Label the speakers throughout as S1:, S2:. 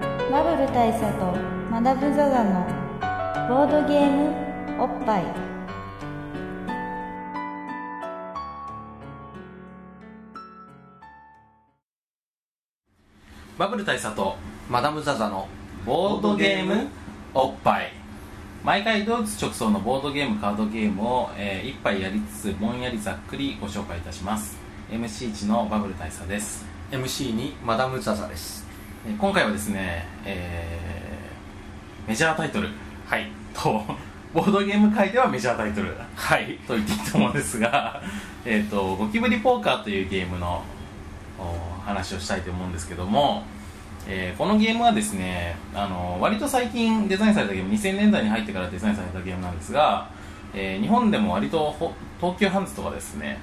S1: 部大佐とマダム・ザ・ザのボードゲームおっぱい
S2: バブル大佐とマダム・ザ・ザのボードゲームおっぱい毎回ドイツ直送のボードゲームカードゲームを、えー、一杯やりつつぼんやりざっくりご紹介いたします MC1 のバブル大佐です
S3: MC にマダム・ザ・ザです
S2: えー今回はですね、えーメジャータイトル
S3: はい
S2: とボードゲーム界ではメジャータイトル
S3: はい
S2: と言っていいと思うんですがえーとゴキブリポーカーというゲームのお話をしたいと思うんですけども、えーこのゲームはですねあの割と最近デザインされたゲーム2000年代に入ってからデザインされたゲームなんですが、えー日本でも割とほ東急ハンズとかですね,、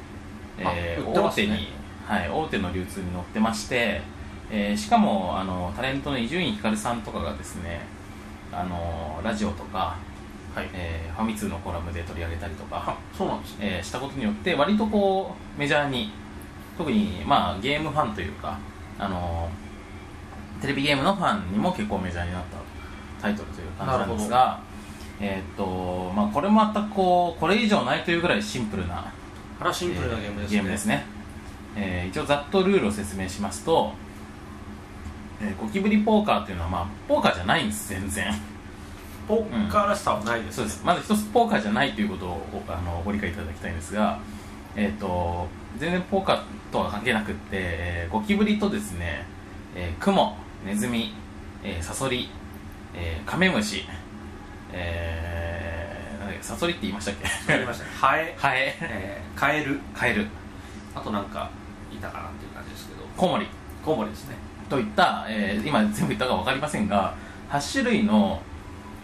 S2: えー
S3: あ売って
S2: 大
S3: ます
S2: 手
S3: ね
S2: に、はい、大手の流通に乗ってまして、えーしかもあのタレントの伊集院光さんとかがですねあのラジオとか、
S3: はい
S2: えーファミ通のコラムで取り上げたりとか
S3: あそうなんですね
S2: えーしたことによって割とこうメジャーに特にまあゲームファンというかあのーテレビゲームのファンにも結構メジャーになったタイトルという感じなんですがえーっとまあこれもまたこうこれ以上ないというぐらいシンプルな
S3: あらシンプルなゲームで
S2: え
S3: すね、
S2: ーゲームですね、えー一応ざっとルールを説明しますと、えーゴキブリポーカーっていうのはまあポーカーじゃないんです全然
S3: ポッカーらしさはないです、
S2: そうですまず一つポーカーじゃないということをおあのご理解いただきたいんですが、えー、と全然ポーカーとは関係なくって、えーゴキブリとですね、えークモネズミ、えーサソリ、えーカメムシ、えーなんだっけサソリって言いましたっけ
S3: やりましたね ハエ、
S2: ハエ
S3: えーカエル
S2: カエル
S3: あとなんかいたかなっていう感じですけど
S2: コウモリ
S3: コウモリですね
S2: といった、えー今全部言ったか分かりませんが8種類の、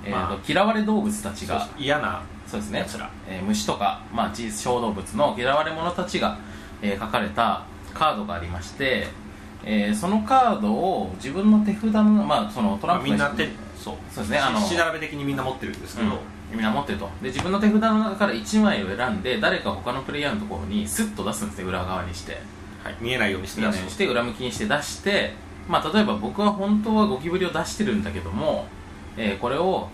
S2: えーと
S3: まあ
S2: 嫌われ動物たち
S3: そう
S2: が
S3: そう嫌な
S2: そうですね
S3: 奴ら
S2: えー虫とか、まあ、小小動物の嫌われ者たちが、えー書かれたカードがありまして、えーそのカードを自分の手札の,、まあ、そのトランプ
S3: みんな手
S2: で
S3: そう
S2: そうですねあの
S3: しし並べ的にみんな持ってるんですけど、
S2: みんな持ってるとで自分の手札の中から1枚を選んで誰か他のプレイヤーのところにスッと出すんですね裏側にして
S3: はい、見えないようにして
S2: 見え
S3: 出
S2: ないように
S3: す
S2: して裏向きにして出して、まあ、例えば僕は本当はゴキブリを出してるんだけども、えーこれを、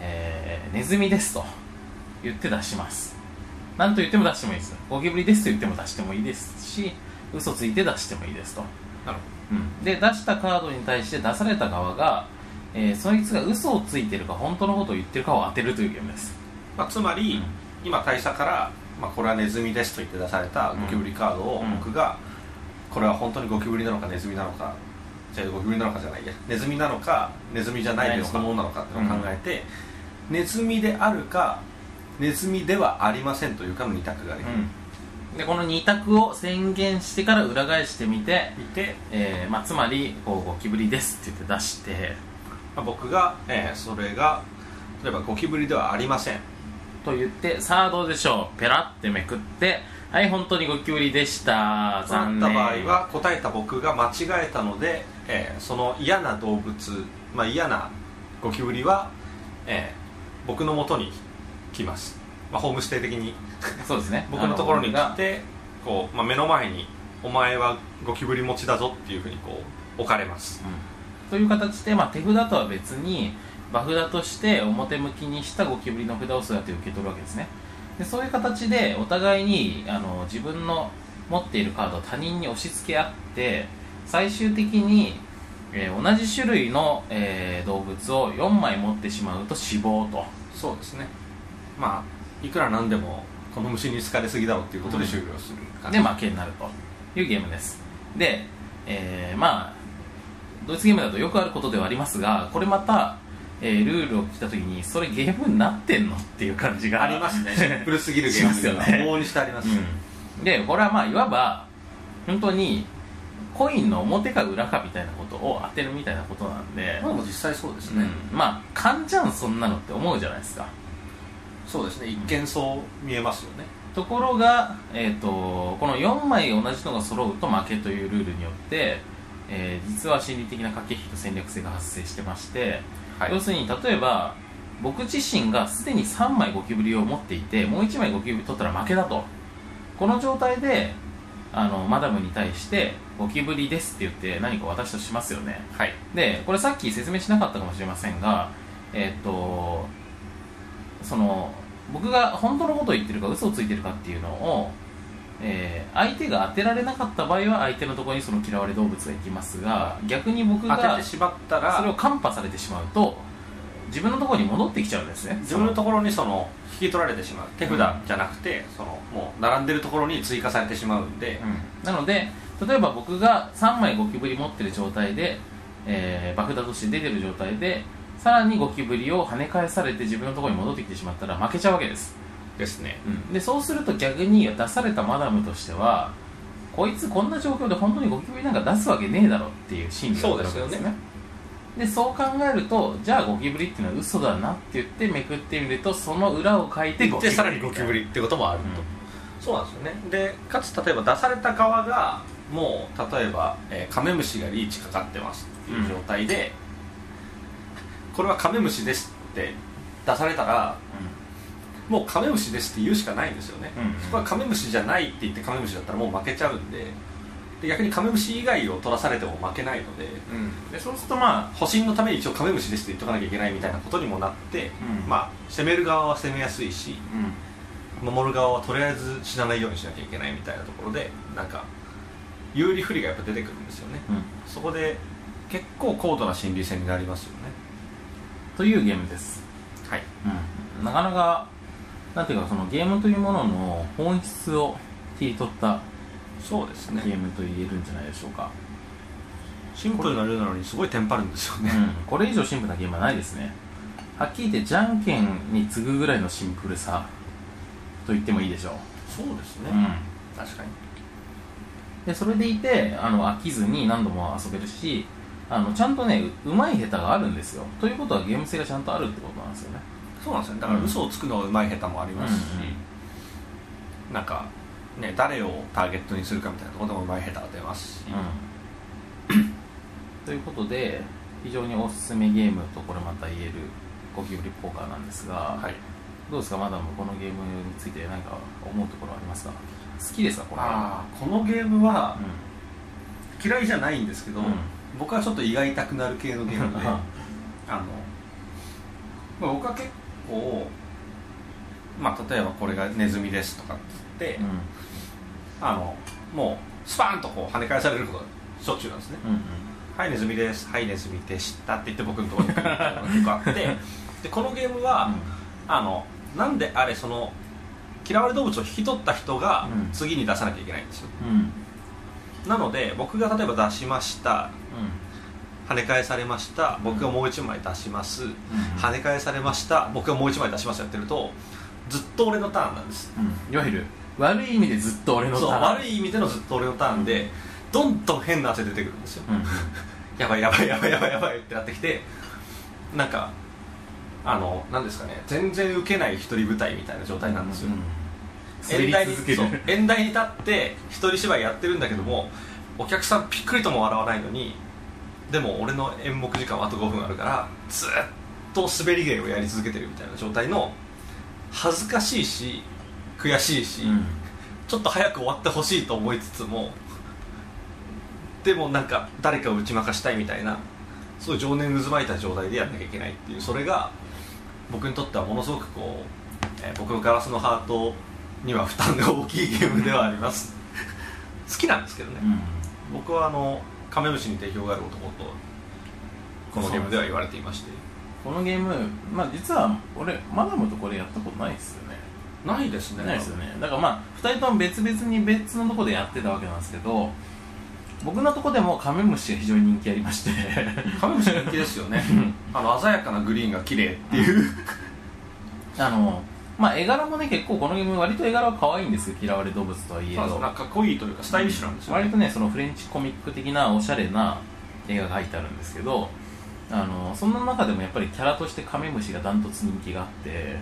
S2: えーネズミですと言って出します何と言っても出してもいいですゴキブリですと言っても出してもいいですし嘘ついて出してもいいですと、
S3: なる
S2: うん、で出したカードに対して出された側が、えーそいつが嘘をついてるか本当のことを言ってるかを当てるというゲームです
S3: まあ、つまり、
S2: うん
S3: 今大佐から、まあ、これはネズミですと言って出されたゴキブリカードを、
S2: うん
S3: 僕がこれは本当にゴキブリなのかネズミなのかじゃあゴキブリなのかじゃないやネズミなのかネズミじゃない別のものなのかっていうのを考えて、ネズミであるかネズミではありませんというかの2択ができる、
S2: でこの2択を宣言してから裏返してみて
S3: いて、
S2: えーまあ、つまりこうゴキブリですって言って出して
S3: まあ、僕が、えーそれが例えばゴキブリではありません
S2: と言ってさあどうでしょうペラってめくってはい本当にゴキブリでした
S3: そう
S2: 残
S3: なっ
S2: 念
S3: た場合は答えた僕が間違えたので、えーその嫌な動物、まあ、嫌なゴキブリは、えー僕のもとに来ます、まあ、ホームステイ的に
S2: そうですね
S3: 僕のところ
S2: あ
S3: に来
S2: の
S3: てこう、まあ、目の前に「お前はゴキブリ持ちだぞ」っていうふうにこう置かれます
S2: うんという形で、まあ、手札とは別に場札として表向きにしたゴキブリの札をそうやって受け取るわけですねでそういう形でお互いにあの自分の持っているカードを他人に押し付け合って最終的に、えー同じ種類の、えー動物を4枚持ってしまうと死亡と
S3: そうですねまあいくらなんでもこの虫に好かれすぎだろうっていうことで終了する感じ、
S2: で負けになるというゲームですで、えーまあドイツゲームだとよくあることではありますがこれまた、えールールを聞いた時にそれゲームになってんのっていう感じが
S3: ありま す ねシンプルすぎるゲームっていうのは
S2: しますよね
S3: 往々にしてあります、
S2: うん、でこれはまあいわば本当にコインの表か裏かみたいなことを当てるみたいなことなんで、
S3: まあでも実際そうですね、
S2: うんまあ勘じゃんそんなのって思うじゃないですか
S3: そうですね一見そう見えますよね、
S2: ところが、えー、とこの4枚同じのが揃うと負けというルールによって、えー実は心理的な駆け引きと戦略性が発生してまして、要するに例えば僕自身がすでに3枚ゴキブリを持っていてもう1枚ゴキブリ取ったら負けだとこの状態で、あのマダムに対してゴキブリですって言って何か私としますよね
S3: はい
S2: でこれさっき説明しなかったかもしれませんがえっとその僕が本当のことを言ってるか嘘をついてるかっていうのを、えー相手が当てられなかった場合は相手のところにその嫌われ動物が行きますが逆に僕
S3: 当て
S2: が
S3: てしまった
S2: それを
S3: ら
S2: カンパされてしまうと自分のところに戻ってきちゃうんですね
S3: 自分のところにその引き取られてしまう手札じゃなくてそのもう並んでるところに追加されてしまうんで、
S2: なので例えば僕が3枚ゴキブリ持ってる状態で、えー、バフだとして出てる状態でさらにゴキブリを跳ね返されて自分のところに戻ってきてしまったら負けちゃうわけです、
S3: ですね
S2: でそうすると逆に出されたマダムとしてはこいつこんな状況で本当にゴキブリなんか出すわけねえだろっていう心理が
S3: そうですよね
S2: 出るわけでそう考えるとじゃあゴキブリっていうのは嘘だなって言ってめくってみるとその裏を書いてゴキブ
S3: で
S2: リ
S3: さらにゴキブリってこともあると、そうなんですよねでかつ例えば出された側がもう例えば、えーカメムシがリーチかかってますっていう状態で、これはカメムシですって出されたらもうカメムシですって言うしかないんですよね、
S2: うん
S3: そこはカメムシじゃないって言ってカメムシだったらもう負けちゃうんでで逆にカメムシ以外を取らされても負けないので
S2: うん、うん、でそうするとまあ
S3: 保身のために一応カメムシですって言っとかなきゃいけないみたいなことにもなって、
S2: うん
S3: まあ攻める側は攻めやすいし
S2: うん
S3: 守る側はとりあえず死なないようにしなきゃいけないみたいなところでなんか有利不利がやっぱ出てくるんですよね
S2: うん
S3: そこで結構高度な心理戦になりますよね
S2: というゲームです、
S3: はい
S2: うん、なかなかなんていうかそのゲームというものの本質を切り取った
S3: そうです
S2: ゲームと言えるんじゃないでしょうか、
S3: シンプルなルールなのにすごいテンパるんですよ
S2: う
S3: ね
S2: ん、これ以上シンプルなゲームはないですねはっきり言ってじゃんけんに次ぐぐらいのシンプルさと言ってもいいでしょ
S3: そうです
S2: う、
S3: ね、確かに
S2: でそれでいてあの飽きずに何度も遊べるしあのちゃんとねううまい下手があるんですよということはゲーム性がちゃんとあるってことなんですよね
S3: そうなんですよねだから嘘をつくのがうまい下手もありますし、なんかね誰をターゲットにするかみたいなところでもうまい下手が出ますし、
S2: ということで非常におすすめゲームとこれまた言えるゴキブリポーカーなんですが、
S3: はい
S2: どうですかまだもこのゲームについて何か思うところありますか好きですかこれ
S3: ああこのゲームは
S2: うん
S3: 嫌いじゃないんですけど、
S2: うん
S3: 僕はちょっと胃が痛くなる系のゲームであの、まあ、僕は結構、まあ、例えばこれがネズミですとかって言って、
S2: う
S3: あのもうスパーンとこう跳ね返されることがしょっちゅうなんですね
S2: んうん
S3: はいネズミですはいネズミでしたって言って僕のところに来るっていうのが結構あって でこのゲームは、あのなんであれその嫌われ動物を引き取った人が
S2: うん
S3: 次に出さなきゃいけないんですよ、
S2: うんうん
S3: なので僕が例えば出しました跳ね返されました僕がもう一枚出します、
S2: うん
S3: 跳ね返されました僕がもう一枚出しますやってるとずっと俺のターンなんです
S2: うんいわゆる悪い意味でずっと俺の
S3: そう
S2: ターン
S3: 悪い意味でのずっと俺のターンで、どんどん変な汗出てくるんですよ
S2: うん
S3: やばいやばいやばいやばいやばいってなってきてなんかあのなんですかね全然受けない一人舞台みたいな状態なんですよ、
S2: うん、
S3: 演
S2: 滑
S3: 題
S2: り
S3: に
S2: 続ける
S3: そう演題に立って一人芝居やってるんだけどもお客さんぴっくりとも笑わないのにでも俺の演目時間はあと5分あるからずっと滑り芸をやり続けてるみたいな状態の恥ずかしいし悔しいし、
S2: うん
S3: ちょっと早く終わってほしいと思いつつもでもなんか誰かを打ち負かしたいみたいなそういう情念渦巻いた状態でやんなきゃいけないっていうそれが僕にとってはものすごくこう、えー僕のガラスのハートには負担が大きいゲームではあります 好きなんですけどね、
S2: うん
S3: 僕はあのカメムシに定評がある男とこのゲームでは言われていまして
S2: このゲームまあ実は俺マダムとこれやったことないですよね
S3: ないですね
S2: ないですよねだからまあ2人とも別々に別のとこでやってたわけなんですけど僕のとこでもカメムシが非常に人気ありまして
S3: カメムシ人気ですよ ねあの鮮やかなグリーンが綺麗っていう
S2: あのまあ絵柄もね結構このゲーム割と絵柄は可愛いんですよ嫌われ動物とはいえど
S3: なんかかっこいいというかスタイリッシュなんですよ、ね
S2: 割とねそのフレンチコミック的なおしゃれな絵が描いてあるんですけどあのそんな中でもやっぱりキャラとしてカメムシがダントツ人気があって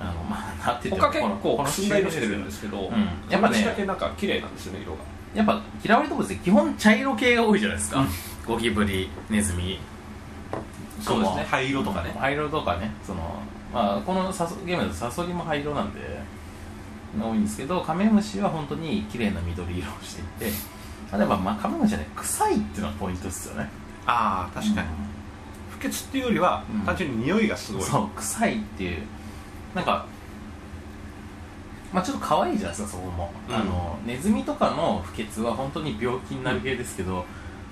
S2: あのまあなって言って
S3: 他
S2: も
S3: 結構
S2: こ
S3: く
S2: の
S3: すんだ色してるんですけど、
S2: うんや
S3: や
S2: っ
S3: っ
S2: ぱ
S3: ぱ
S2: ね
S3: ねだけなんか綺麗なんですよね色が
S2: やっぱ嫌われ動物って基本茶色系が多いじゃないですか、ゴキブリネズミ
S3: そうですね
S2: 雲
S3: 灰色とかね
S2: うん灰色とかねその、まあ、このサソゲームだとサソリも灰色なんでが多いんですけどカメムシは本当に綺麗な緑色をしていて例えば、まあ、カメムシはね臭いっていうのがポイントですよね
S3: ああ確かに、不潔っていうよりは、
S2: うん
S3: 単純に匂いがすごい
S2: そう臭いっていうなんかまあちょっと可愛いじゃないですかそこも、
S3: うん
S2: あのネズミとかの不潔は本当に病気になる系ですけど、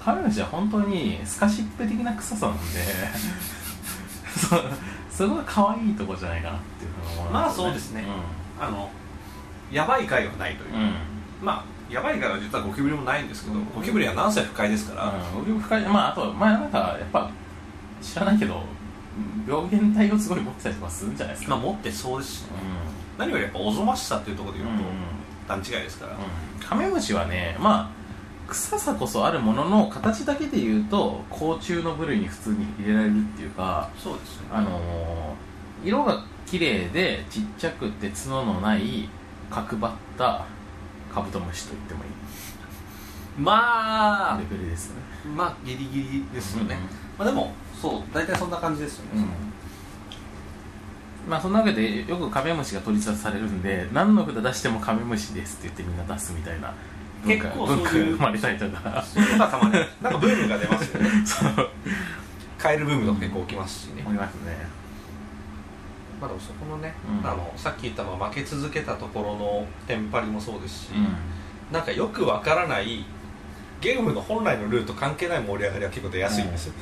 S2: カメムシは本当にスカシップ的な臭さなんで そうすごい可愛いとこじゃないかなっていうふうに思います、
S3: まあそうですねあのやばい害はないという、
S2: うん、うん
S3: まあやばい害は実はゴキブリもないんですけど、ゴキブリは何歳不快ですから、
S2: うん、奥深いまああとまあなんかやっぱ知らないけど病原体をすごい持ってたりとかするんじゃないです
S3: ま
S2: か、
S3: あ持ってそうですし
S2: う
S3: 何よりやっぱおぞましさっていうところで
S2: ん
S3: 言
S2: う
S3: うんと、段違いですから、
S2: うんカメムシはねまあ臭さこそあるものの形だけで言うと甲虫の部類に普通に入れられるっていうか
S3: そうですね
S2: あのー色が綺麗でちっちゃくて角のない角張ったカブトムシと言ってもいい
S3: まあ
S2: レベルですよね
S3: まあギリギリですよね、
S2: うん
S3: まあでもそう大体そんな感じですよね、
S2: まあそんなわけでよくカメムシが取り沙汰されるんで何の札出してもカメムシですって言ってみんな出すみたいな文化
S3: 結構そういう
S2: 文化が生まれたりと か
S3: そういうのがたまになんかブームが出ますよねカエルブームとか結構起きますしね、
S2: 思いますね
S3: まあでもそこのね、
S2: うん
S3: あのさっき言ったまあ負け続けたところのテンパりもそうですし、
S2: う
S3: なんかよくわからないゲームの本来のルート関係ない盛り上がりは結構出やすいんですよ、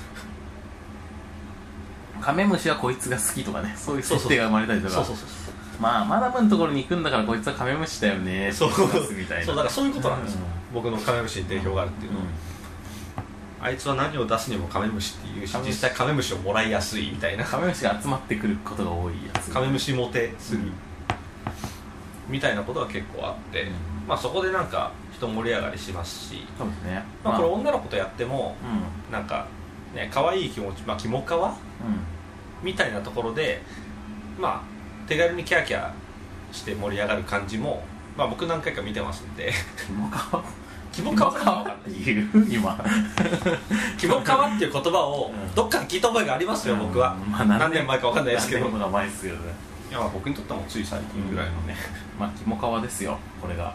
S2: んカメムシはこいつが好きとかねそういう
S3: そう
S2: 設
S3: そう
S2: 定が生まれたりとか
S3: そうそうそう
S2: まあマダムのところに行くんだからこいつはカメムシだよね
S3: そう
S2: って出すみたいな
S3: そうだからそういうことなんですよ、
S2: う
S3: 僕のカメムシに定評があるっていうのは、あいつは何を出すにもカメムシっていうし
S2: カメム
S3: 実
S2: シ
S3: 際カメムシをもらいやすいみたいな
S2: カメムシが集まってくることが多いやつ
S3: カメムシモテする、みたいなことが結構あって、
S2: うん
S3: まあそこでなんか人盛り上がりしますし、
S2: そうですね
S3: まあ、これ女の子とやっても
S2: うん
S3: なんかね可愛い気持ちまあキモカワ
S2: うん
S3: みたいなところでまあ手軽にキャーキャーして盛り上がる感じもまあ僕何回か見てますんで
S2: キモカワ
S3: キモ
S2: キ
S3: カ
S2: モ
S3: ワ
S2: カワっていう今
S3: キモカワっていう言葉を
S2: うん
S3: どっかで聞いた覚えがありますよ、僕は
S2: うんまあ
S3: 何年前か分かんないですけど
S2: 何年も名前ですけどね
S3: いやまあ僕にとってはもうつい最近ぐらいのね、
S2: まあキモカワですよこれが、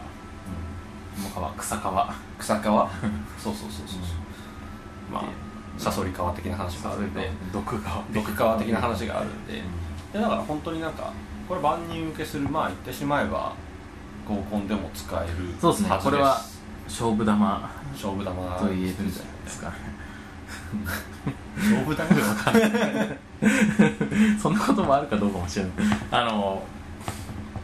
S2: うん、キモカワ草カワ
S3: 草川そうそうそうそうそう、まあサソリ川的な話もあるんで
S2: 毒川
S3: 毒川的な話があるんで,、
S2: うん
S3: でだから本当になんかこれ万人受けするまあ言ってしまえば合コンでも使える
S2: そうですね
S3: はず
S2: これは勝負玉
S3: 勝負玉
S2: と言えるんじゃないですか
S3: 勝負玉でもか
S2: そんなこともあるかどうかもしれないあの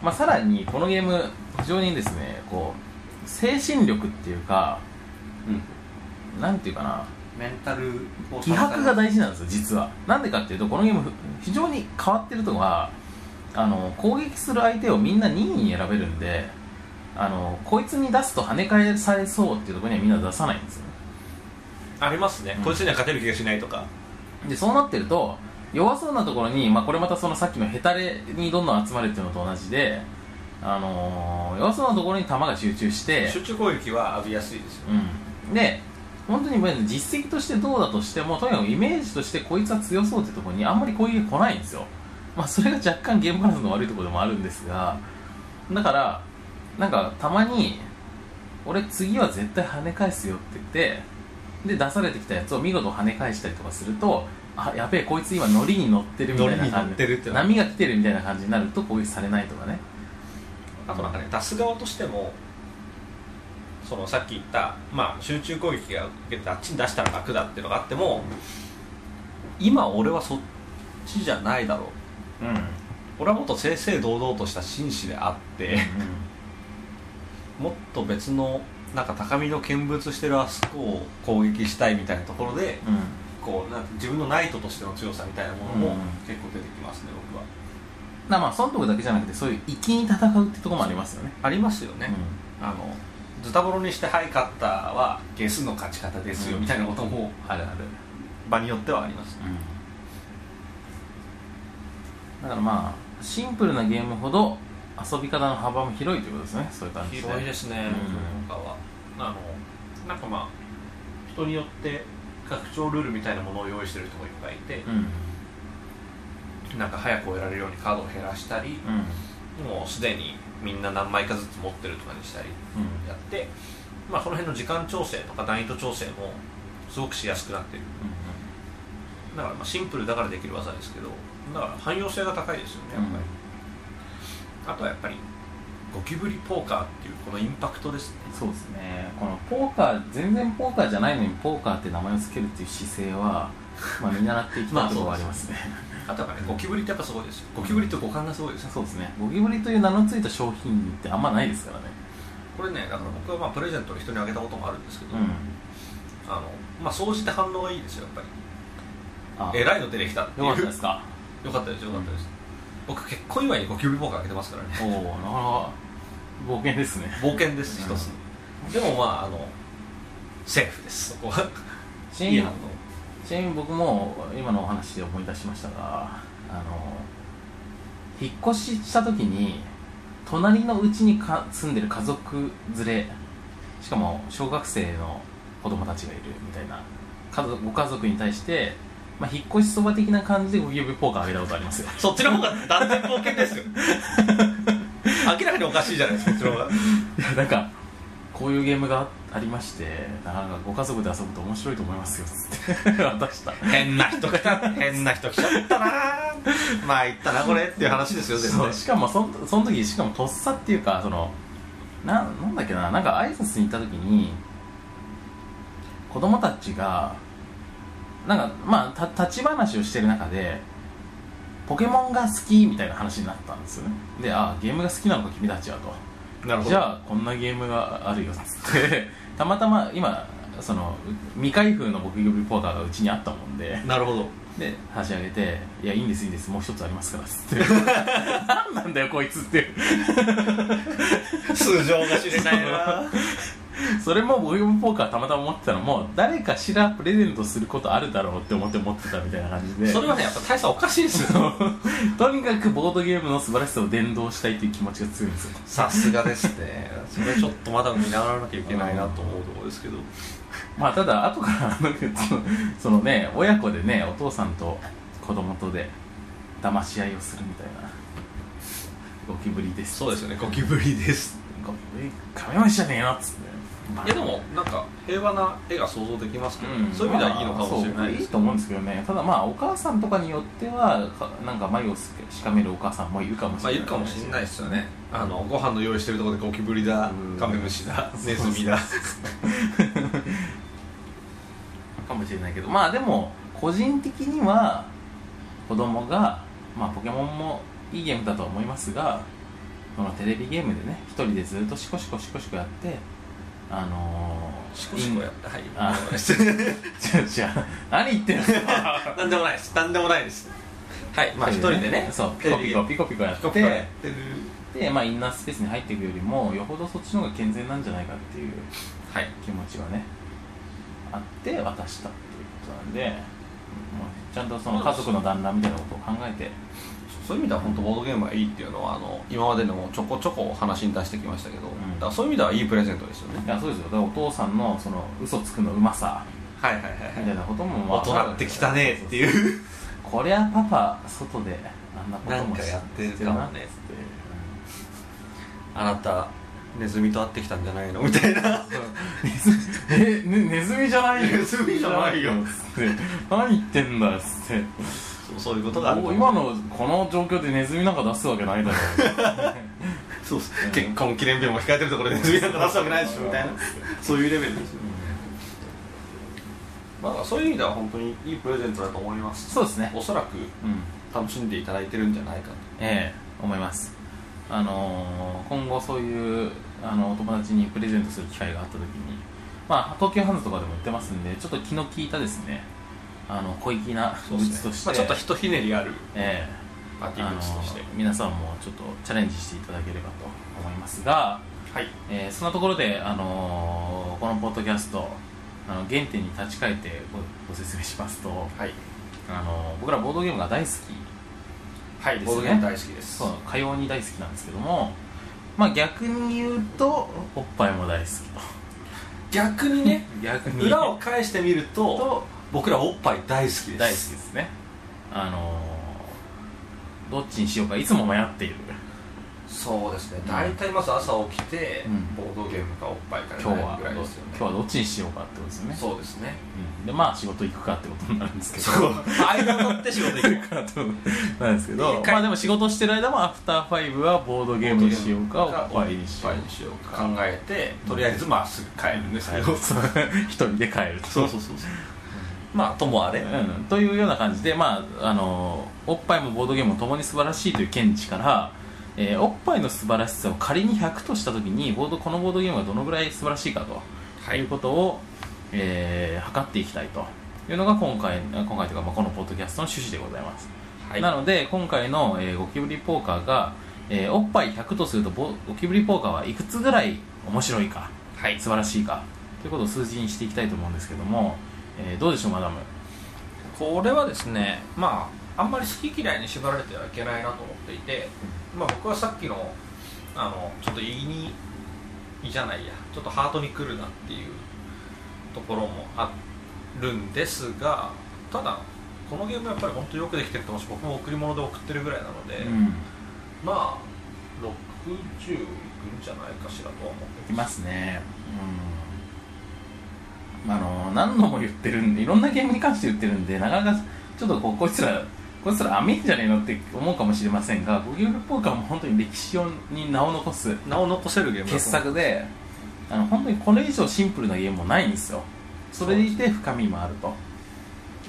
S2: まあさらにこのゲーム非常にですねこう精神力って いうか
S3: うん
S2: なんていうかな
S3: メンタルを
S2: 気迫が大事なんですよ実はなんでかっていうとこのゲームふ非常に変わってるとこはあの攻撃する相手をみんな任意に選べるんであのこいつに出すと跳ね返されそうっていうところにはみんな出さないんですよね
S3: ありますね、
S2: うん
S3: こいつには勝てる気がしないとか
S2: でそうなってると弱そうなところに、まあ、これまたそのさっきのヘタレにどんどん集まるっていうのと同じで、あのー弱そうなところに弾が集中して
S3: 集中攻撃は浴びやすいですよ
S2: うん、で本当にまあ実績としてどうだとしてもとにかくイメージとしてこいつは強そうってところにあんまり攻撃が来ないんですよ、まあ、それが若干ゲームバランスの悪いところでもあるんですがだからなんかたまに俺次は絶対跳ね返すよって言ってで出されてきたやつを見事跳ね返したりとかするとあやべえこいつ今ノリに乗ってるみたいな
S3: ノリに乗
S2: 感
S3: っ
S2: じ
S3: てるってな
S2: 波が来てるみたいな感じになると攻撃されないとかね
S3: あとなんかね出す側としてもそのさっき言った、まあ、集中攻撃が受けてあっちに出したら楽だっていうのがあっても今俺はそっちじゃないだろう
S2: うん、
S3: 俺はもっと正々堂々とした紳士であってもっと別のなんか高みの見物してるあそこを攻撃したいみたいなところで
S2: うん
S3: こうなんか自分のナイトとしての強さみたいなもの
S2: う
S3: も
S2: ん
S3: 結構出てきますね僕は
S2: だからまあ損得だけじゃなくてそういう粋に戦うってとこもありますよね
S3: ありますよね、
S2: うん
S3: あのズタボロにして「はい勝った」はゲスの勝ち方ですよ、
S2: うん
S3: みたいなことも
S2: あるある、
S3: 場によってはあります
S2: だからまあシンプルなゲームほど遊び方の幅も広いということですねそういう感じで
S3: 広いですね、
S2: うん
S3: 評価はあのなんかまあ人によって拡張ルールみたいなものを用意してる人もいっぱいいて
S2: うん、うん
S3: なんか早く終えられるようにカードを減らしたりもうすでにみんな何枚かずつ持ってるとかにしたりやって、まあ、その辺の時間調整とか難易度調整もすごくしやすくなってるだからまあシンプルだからできる技ですけどだから汎用性が高いですよねやっぱり、あとはやっぱりゴキブリポーカーっていうこのインパクトですね
S2: そうですねこのポーカー全然ポーカーじゃないのにポーカーって名前を付けるっていう姿勢は、まあ、見習っていきたいところはありますね
S3: あとはねゴキブリってやっぱすごいですよゴキブリって五感がすごいですよ
S2: そうですねゴキブリという名の付いた商品ってあんまないですからね
S3: これねだから僕はまあプレゼントで人にあげたこともあるんですけど、
S2: うん
S3: あのまあ総じて反応がいいですよやっぱり
S2: あ
S3: えらいの出てきたってい
S2: よ
S3: う
S2: かったですか
S3: よかったですよかったです、僕結婚祝いにゴキブリポーカーあげてますからね
S2: おおなかなか冒険ですね
S3: 冒険です
S2: うん
S3: 一つ、でもまああのセーフですそこは
S2: ちないみ
S3: い
S2: に
S3: 反応
S2: ちなみに僕も今のお話で思い出しましたがあの引っ越しした時に隣のうちにか住んでる家族連れしかも小学生の子供たちがいるみたいな家族ご家族に対して、まあ、引っ越しそば的な感じでゴキブリポーカーあげたことあり ますよ
S3: そっちの方が断然冒険で すよ明らかにおかしいじゃないですかそっちの方が
S2: いやなんかこういうゲームがありましてなかなかご家族で遊ぶと面白いと思いますよつって 渡した
S3: 変な人来た変な人来ちゃったなまあ言ったなこれっていう話ですよ全
S2: そう
S3: 然
S2: しかもそんその時しかもとっさっていうかそのななんだっけななんか挨拶に行った時に子供たちがなんかまあた立ち話をしてる中でポケモンが好きみたいな話になったんですよねであゲームが好きなのか君たちはと
S3: なるほど
S2: じゃあこんなゲームがあるよっつってたまたま今その未開封の僕呼びポーカーがうちにあったもんで
S3: なるほど
S2: で箸上げて「いやいいんですいいんですもう一つありますから」っつって「何 なんだよこいつ」って
S3: 素性が知れないな
S2: それもボリュームポーカーたまたま持ってたのも誰かしらプレゼントすることあるだろうって思って持ってたみたいな感じで
S3: それはねやっぱ大差おかしいですよ
S2: とにかくボードゲームの素晴らしさを伝道したいっていう気持ちが強いんですよ
S3: さすがですねそれちょっとまだ見習わなきゃいけないなと思うところですけど
S2: まあただ後からあのそのそのね親子でねお父さんと子供とで騙し合いをするみたいなゴキブリです
S3: そうですよねゴキブリです
S2: ゴキブリカメムシじゃねえよっつって
S3: いやでもなんか平和な絵が想像できますけど、
S2: うん
S3: そういう意味ではいいのかもしれない
S2: まあそう
S3: で
S2: いい
S3: す
S2: と思うんですけどねただまあお母さんとかによってはかなんか眉をしかめるお母さんもいるかもし
S3: まあ
S2: れない
S3: るかもしれないですよねあのご飯の用意してるところでゴキブリだ
S2: うん
S3: カメムシだネズミだ
S2: かもしれないけどまあでも個人的には子供がまあポケモンもいいゲームだとは思いますがそのテレビゲームでね一人でずっとシコシコシコシコやってあのー、
S3: シコシ コやったはい
S2: あ違う違う何言ってんの
S3: なんでもないですなんでもないですはいまあ一人でね
S2: そう
S3: テ
S2: ピ
S3: レ
S2: コ
S3: ビ
S2: ピコピコピコやって
S3: ピコピコやってる
S2: で、まあ、インナースペースに入っていくよりもよほどそっちの方が健全なんじゃないかっていう
S3: はい
S2: 気持ちはねあって渡したっていうことなんで、まあちゃんとその家族の団らんみたいなことを考えて
S3: そういう意味では本当ボードゲームがいいっていうのはあの今まででもちょこちょこ話に出してきましたけど、
S2: ん
S3: だからそういう意味ではいいプレゼントですよね
S2: いやそうですよだからお父さんのその嘘つくのうまさ
S3: はいはいは
S2: みたいなこともまあ
S3: 大人ってきたねっていう
S2: こりゃパパ外であんなこと
S3: なん
S2: も
S3: かやってる
S2: して
S3: か
S2: る
S3: も
S2: なっつっ
S3: ね
S2: て
S3: あなたネズミと会ってきたんじゃないの みたいな
S2: ネズえねネズミじゃないよ
S3: ネズミじゃないよ
S2: つって何言ってんだっつって
S3: そうそういうことがある
S2: お今のこの状況でネズミなんか出すわけないだろ
S3: そうっす結婚記念日も控えてるところでネズミなんか出すわけないでしょみたいな そういうレベルですよまあそういう意味では本当にいいプレゼントだと思いま す
S2: そうですね
S3: おそらく
S2: うん
S3: 楽しんでいただいてるんじゃないか
S2: ええ思いますあのー今後そういうあのお友達にプレゼントする機会があった時にまあ東急ハンズとかでも売ってますんでちょっと気の利いたですねあの小粋な
S3: と
S2: グッズとして、
S3: まあ、ちょっとひとひねりある
S2: ええ
S3: パーティ
S2: あ
S3: ー
S2: の
S3: グッズとして
S2: ー皆さんもちょっとチャレンジしていただければと思いますが
S3: はい
S2: えーそんなところで、あのーこのポッドキャストあの原点に立ち返ってごご説明しますと、
S3: はい
S2: あのー僕らボードゲームが大好き
S3: は
S2: です
S3: い
S2: ね
S3: ボードゲーム大好きです
S2: そうかように大好きなんですけども、まあ、逆に言うとおっぱいも大好きと
S3: 逆に ね
S2: 逆に
S3: 裏を返してみると
S2: と
S3: 僕らおっぱい大好きで
S2: 大好き
S3: す
S2: ですねあのーどっちにしようかいつも迷っている
S3: そうですね
S2: うん
S3: 大体まず朝起きて、
S2: うん
S3: ボードゲームかおっぱいか
S2: 今日は
S3: ぐらい
S2: ど
S3: ですよね
S2: 今日はどっちにしようかってことですよね
S3: そうですね
S2: うんでまあ仕事行くかってことになるんですけど
S3: そう間を取って仕事行く
S2: かなと思うなんですけど
S3: 一、回
S2: まあ、でも仕事してる間もアフターファイブはボードゲームにしようかおっぱいにしよう
S3: おっぱいにしようか考えてとりあえずまあすぐ帰るんですけど、
S2: か 一人で帰ると
S3: そうそうそうそうまあともあれ、
S2: うん、というような感じで、まあ、あのおっぱいもボードゲームも共に素晴らしいという見地から、えーおっぱいの素晴らしさを仮に100とした時にボードこのボードゲームがどのぐらい素晴らしいかと、
S3: はい
S2: い、うことを、えー測っていきたいというのが今回あ今回というか、まあ、このポッドキャストの趣旨でございます、
S3: はい
S2: なので今回の、えーゴキブリポーカーが、えーおっぱい100とするとボゴキブリポーカーはいくつぐらい面白いか
S3: はい
S2: 素晴らしいかということを数字にしていきたいと思うんですけども、えーどうでしょうマダム
S3: これはですねまああんまり好き嫌いに縛られてはいけないなと思っていて、まあ、僕はさっきのあのちょっと胃に胃じゃないやちょっとハートに来るなっていうところもあるんですがただこのゲームやっぱり本当によくできてると思うし僕も贈り物で送ってるぐらいなので、
S2: うん
S3: まあ60いくんじゃないかしらとは思っ
S2: い
S3: て
S2: ますねうんあの何度も言ってるんでいろんなゲームに関して言ってるんでなかなかちょっとこうこいつらこいつら甘いんじゃねえのって思うかもしれませんがゴキブリポーカーも本当に歴史をに名を残す
S3: 名を残せるゲームだと思う
S2: 傑作であの本当にこれ以上シンプルなゲームもないんですよそれでいて深みもあると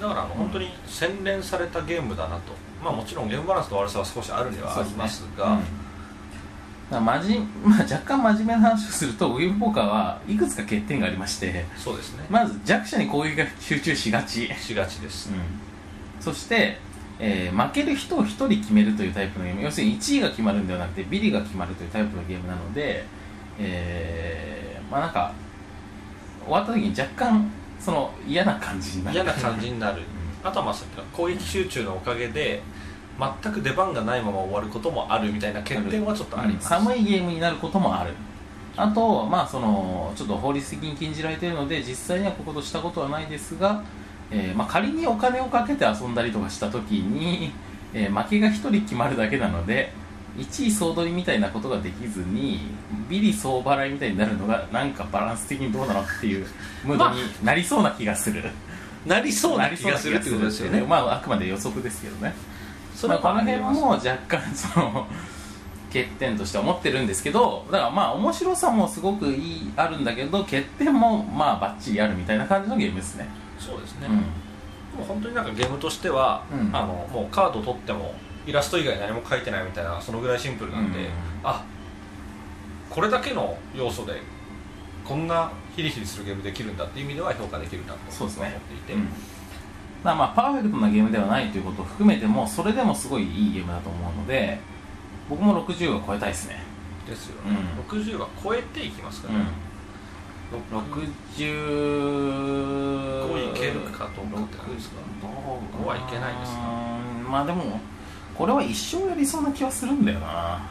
S3: だからあの、
S2: うん
S3: 本当に洗練されたゲームだなとまあもちろんゲームバランスと悪さは少しあるではありますが
S2: うんだからまじ まあ、若干真面目な話をするとゴキブリポーカーはいくつか欠点がありまして
S3: そうですね
S2: まず弱者に攻撃が集中しがち
S3: しがちです、
S2: そして、えー負ける人を1人決めるというタイプのゲーム要するに1位が決まるんではなくてビリが決まるというタイプのゲームなので、えーまあなんか終わった時に若干その嫌な感じになる
S3: 嫌な感じになるあとはまあさっきの攻撃集中のおかげで全く出番がないまま終わることもあるみたいな欠点はちょっとあります、
S2: 寒いゲームになることもあるあとまあそのちょっと法律的に禁じられているので実際にはこことしたことはないですが、えーまあ、仮にお金をかけて遊んだりとかした時に、えー負けが1人決まるだけなので1位総取りみたいなことができずにビリ総払いみたいになるのがなんかバランス的にどうなのっていうムードになりそうな気がする、
S3: なりそうな気がする
S2: な
S3: っ
S2: り
S3: て
S2: そうな気が
S3: ことですよね
S2: まああくまで予測ですけどね
S3: そ
S2: ま
S3: れ
S2: あ、この
S3: はあり
S2: 辺
S3: ます
S2: も若干その欠点として思ってるんですけどだからまあ面白さもすごくいいあるんだけど欠点もまあバッチリあるみたいな感じのゲームですね
S3: そうですね、
S2: うん
S3: もう本当になんかゲームとしては、
S2: うん
S3: あのもうカード取ってもイラスト以外何も書いてないみたいなそのぐらいシンプルなんで、
S2: うん
S3: あこれだけの要素でこんなヒリヒリするゲームできるんだっていう意味では評価できるなと
S2: そうですね
S3: 思っていて、
S2: うんまあまあパーフェクトなゲームではないということを含めてもそれでもすごいいいゲームだと思うので僕も60は超えたいですね
S3: ですよね、60は超えていきますから、ね
S2: 65
S3: 65いけるかどうかって感じですか
S2: 5
S3: 5はいけないですね
S2: まあでもこれは一生やりそうな気はするんだよな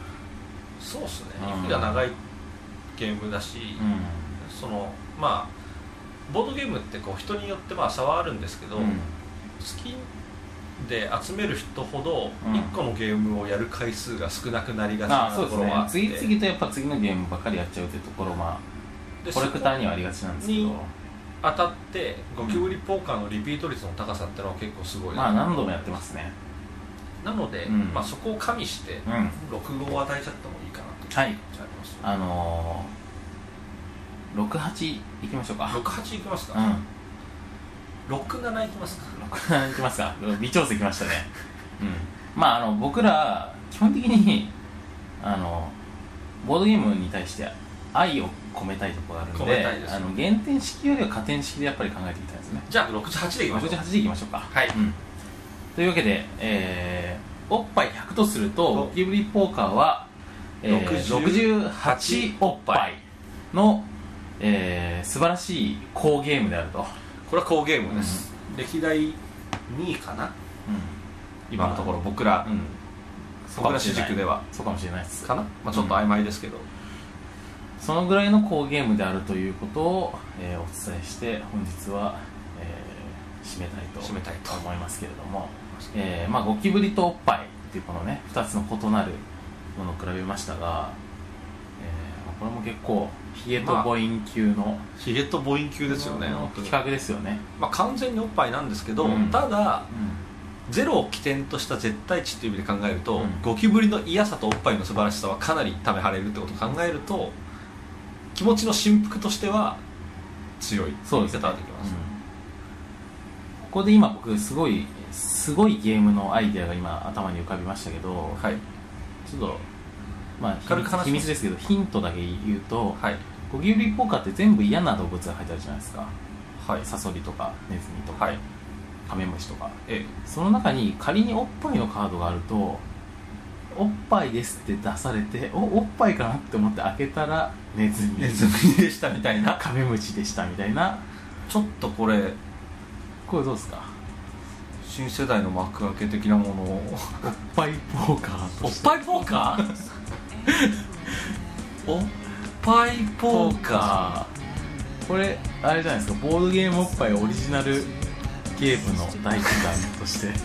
S3: そうですね
S2: うん
S3: 息が長いゲームだし、
S2: う
S3: そのまあボードゲームってこう人によってまあ差はあるんですけど、
S2: んうん
S3: 好きで集める人ほど
S2: うん
S3: 1個のゲームをやる回数が少なくなりがち
S2: あ
S3: な
S2: あそう
S3: と
S2: です
S3: ころ
S2: ね
S3: はあって
S2: 次々とやっぱ次のゲームばっかりやっちゃうというところまあ
S3: で
S2: コレクター
S3: そこ
S2: にはありがちなんですけど
S3: に当たってゴキブリポーカーのリピート率の高さってのは結構すごい
S2: まあ何度もやってますね
S3: なので、
S2: うん
S3: まあ、そこを加味して
S2: うん
S3: 6を与えちゃってもいいかなと
S2: はい
S3: あります
S2: あのー、68いきましょうか
S3: 68いきます
S2: う
S3: か、
S2: ん
S3: 67いきますか
S2: 67いきますか微調整きま したねうんまああの僕ら基本的にあのボードゲームに対して愛を込めたいところがあるんで
S3: 込めたいです
S2: あの減点式よりは加点式でやっぱり考えていきたいですね
S3: じゃあ68でいきましょう
S2: 68でいきましょうか
S3: はい
S2: うん、というわけで、えーおっぱい100とすると
S3: お
S2: ゴキブリポーカーは、えー
S3: 60
S2: 68おっぱいの、えー素晴らしい好ゲームであると、
S3: これは好ゲームです、歴代2位かな今のところ僕ら、
S2: うん、そうか
S3: 僕
S2: も
S3: ら
S2: しれ
S3: 主
S2: ない
S3: 軸では
S2: そうかもしれないです
S3: かな、まあ、ちょっと曖昧ですけど、
S2: そのぐらいの好ゲームであるということを、えーお伝えして本日は、えー締めたいと
S3: 締めたいと
S2: 思いますけれども、えーまあ、ゴキブリとおっぱいっていうこのね2つの異なる、ものを比べましたが、えーこれも結構ヒゲと母音級の
S3: ヒゲと母音級ですよね、本当
S2: 企
S3: に
S2: 画ですよね、
S3: まあ、完全におっぱいなんですけど、
S2: うん
S3: ただ
S2: う
S3: ゼロを起点とした絶対値っていう意味で考えると、
S2: うん
S3: ゴキブリの嫌さとおっぱいの素晴らしさはかなりためはれるってことを考えると気持ちの振幅としては強い
S2: ん、そうです
S3: 見
S2: ね、
S3: 方ができます、
S2: うんここで今僕すごいすごいゲームのアイデアが今頭に浮かびましたけど、
S3: はい
S2: ちょっとまあ秘
S3: 軽く話
S2: 密
S3: します
S2: 秘密ですけどヒントだけ言うと、
S3: はい
S2: ゴキブリ効果って全部嫌な動物が入ってあるじゃないですか
S3: はい
S2: サソリとかネズミとか、
S3: はい
S2: カメムシとか
S3: え
S2: その中に仮におっぱいのカードがあるとおっぱいですって出されておおっぱいかなって思って開けたらネズミ
S3: ネズミでしたみたいな
S2: カメムシでしたみたいな
S3: ちょっとこれ
S2: これどうですか
S3: 新世代の幕開け的なものを
S2: おっぱいポーカー
S3: お
S2: と
S3: っ
S2: して
S3: ぱいポーカー おっぱいポーカ
S2: ーこれあれじゃないですかボードゲームおっぱいオリジナルゲームの第一弾として
S3: ー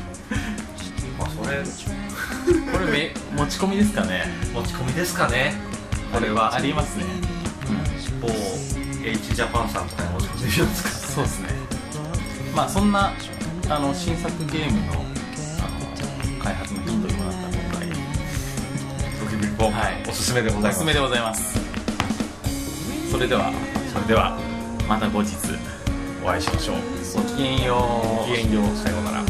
S3: まあそれ
S2: これめ持ち込みですかね
S3: 持ち込みですかねこれは
S2: ありますね、
S3: 某 H ジャパンさんとかに持ち込んでみますか
S2: そうですねまあそんなあの新作ゲームのあの開発のヒントにもなった今回
S3: ドキビリポ
S2: はい
S3: おすすめでござ
S2: お
S3: います
S2: すすめでございますそれでは
S3: それでは
S2: また後日
S3: お会いしましょう
S2: ごきげんよう
S3: ごきげんようさようなら